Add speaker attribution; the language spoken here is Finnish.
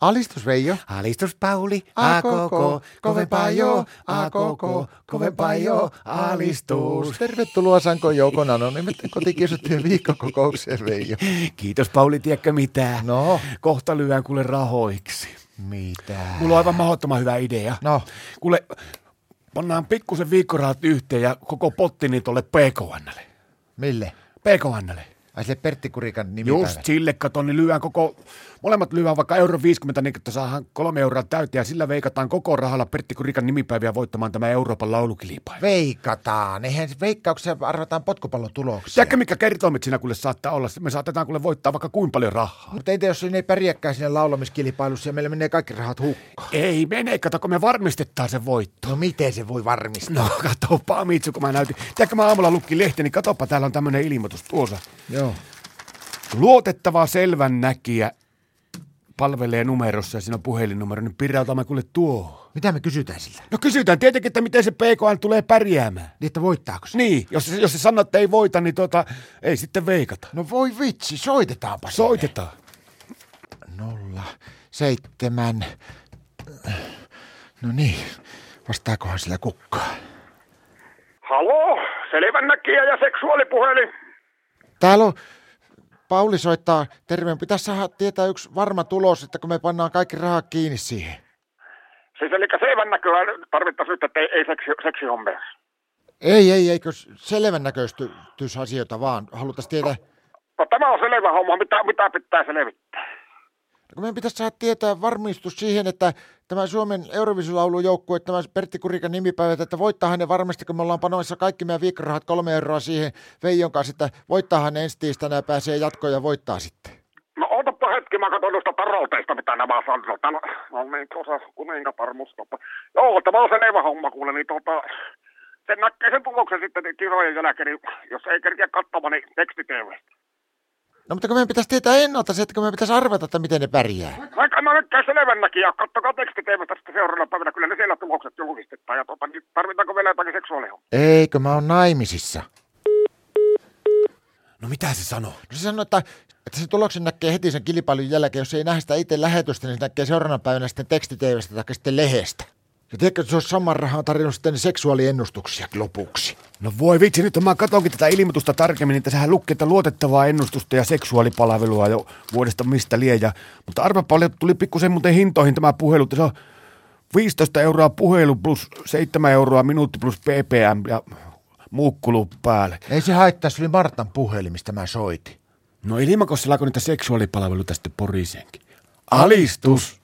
Speaker 1: Alistus Veijo.
Speaker 2: Alistus Pauli,
Speaker 1: A
Speaker 2: a
Speaker 1: koko,
Speaker 2: koko, kovempaa jo, a
Speaker 1: koko,
Speaker 2: koko, kovempaa jo, alistus.
Speaker 1: Tervetuloa Sanko Joukon anonymitten kotikisottujen viikkokokoukseen Veijo.
Speaker 2: Kiitos Pauli, tiedätkö mitä?
Speaker 1: No.
Speaker 2: Kohta lyön kuule rahoiksi.
Speaker 1: Mitä?
Speaker 2: Mulla on aivan mahdottoman hyvä idea.
Speaker 1: No.
Speaker 2: Kuule, pannaan pikkusen viikkorahat yhteen ja koko potti niin tuolle PK-Annalle.
Speaker 1: Mille?
Speaker 2: PK-Annalle.
Speaker 1: Ai se Pertti Kurikan nimi
Speaker 2: Just sille, kato, niin lyödään koko, molemmat lyödään vaikka euro 50, niin että saadaan kolme euroa täyteen ja sillä veikataan koko rahalla Pertti Kurikan nimipäiviä voittamaan tämä Euroopan laulukilpailu.
Speaker 1: Veikataan. Eihän veikkauksia arvataan potkupallon tuloksia.
Speaker 2: Tiedätkö, mikä kertoimet siinä kuule saattaa olla? Me saatetaan kuule voittaa vaikka kuinka paljon rahaa.
Speaker 1: Mutta entä jos ne ei pärjääkään siinä laulamiskilpailussa ja meillä menee kaikki rahat hukkaan?
Speaker 2: Ei mene, kato, kun me varmistetaan se voitto.
Speaker 1: No miten se voi varmistaa?
Speaker 2: No katoppa Mitsu, kun mä näytin. Tiedätkö, mä aamulla lukki lehti, niin katoppa, täällä on tämmönen ilmoitus tuossa.
Speaker 1: Joo.
Speaker 2: Luotettava selvän näkijä palvelee numerossa ja siinä on puhelinnumero, niin pirautaan kuule tuo.
Speaker 1: Mitä me kysytään siltä?
Speaker 2: No kysytään tietenkin, että miten se PKN tulee pärjäämään.
Speaker 1: Niin, että voittaako se?
Speaker 2: Niin, jos, se- jos se sanoo, että ei voita, niin tota, ei sitten veikata.
Speaker 1: No voi vitsi, soitetaanpa sinne.
Speaker 2: Soitetaan.
Speaker 1: Nolla, seitsemän. No niin, vastaakohan sillä kukkaa?
Speaker 3: Halo, selvännäkijä ja seksuaalipuhelin.
Speaker 1: Täällä on Pauli soittaa, terve. Pitäisi saada tietää yksi varma tulos, että kun me pannaan kaikki rahat kiinni siihen.
Speaker 3: Siis eli selvännäköä tarvittaisiin nyt, että ei, ei seksi, seksihommia.
Speaker 1: Ei, ei, eikö selvännäköistysasioita vaan haluttaisiin tietää.
Speaker 3: No tämä on selvä homma, mitä, mitä pitää selvittää.
Speaker 1: Kun meidän pitäisi saada tietää varmistus siihen, että tämä Suomen Eurovisilaulujoukkue, tämä Pertti Kurikan nimipäivä, että voittaahan ne varmasti, kun me ollaan panoissa kaikki meidän viikkorahat kolme euroa siihen Veijon kanssa, että voittaahan ne ensi tiistaina ja pääsee jatkoon ja voittaa sitten.
Speaker 3: No otapa hetki, mä katson noista tarolteista, mitä nämä sanoo. Täällä on niin tuossa kuningatar mustoppa. Joo, tämä on selvä homma, kuule, niin tota... Sen näkee sen tuloksen sitten niin kisojen jälkeen, niin jos ei kerkeä katsomaan, niin teksti TV.
Speaker 1: No mutta kun meidän pitäisi tietää ennalta se, että kun meidän pitäisi arvata, että miten ne pärjää.
Speaker 3: Aika mä nytkään selvännäkijä, kattokaa teksti TV tästä seuraavana päivänä, kyllä ne siellä tulokset julkistetaan. Ja tota, niin tarvitaanko vielä jotakin seksuaalihommaa?
Speaker 1: Eikö mä oon naimisissa?
Speaker 2: No mitä se sanoo?
Speaker 1: No se sanoi, että, että sen tuloksen näkee heti sen kilpailun jälkeen. Jos ei nähdä sitä itse lähetystä, niin se näkee seuraavana päivänä sitten tekstiteivästä tai sitten lehdestä. Ja tiedätkö, että se on saman rahan tarjonnut sitten seksuaaliennustuksia lopuksi.
Speaker 2: No voi vitsi, nyt mä katonkin tätä ilmoitusta tarkemmin, niin että sehän lukee, että luotettavaa ennustusta ja seksuaalipalvelua jo vuodesta mistä liejä. Mutta arva paljon tuli pikkusen muuten hintoihin tämä puhelu, että se on 15 euroa puhelu plus 7 euroa minuutti plus ppm ja muukkulu päälle.
Speaker 1: Ei se haittaa, se oli Martan puhelimista mä soitin.
Speaker 2: No ilmakossa lako niitä seksuaalipalveluita sitten Porisenkin. Alistus!